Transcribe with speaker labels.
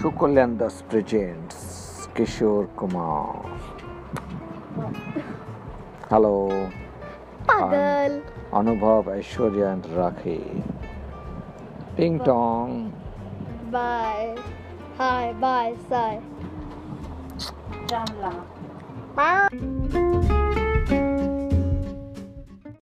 Speaker 1: Sukulendas presents Kishore Kumar. Hello,
Speaker 2: पागल
Speaker 1: Anubhav, Aishwarya, and Rakhi. Ping Tong.
Speaker 2: Bye hi bye साय
Speaker 3: रामला
Speaker 2: bye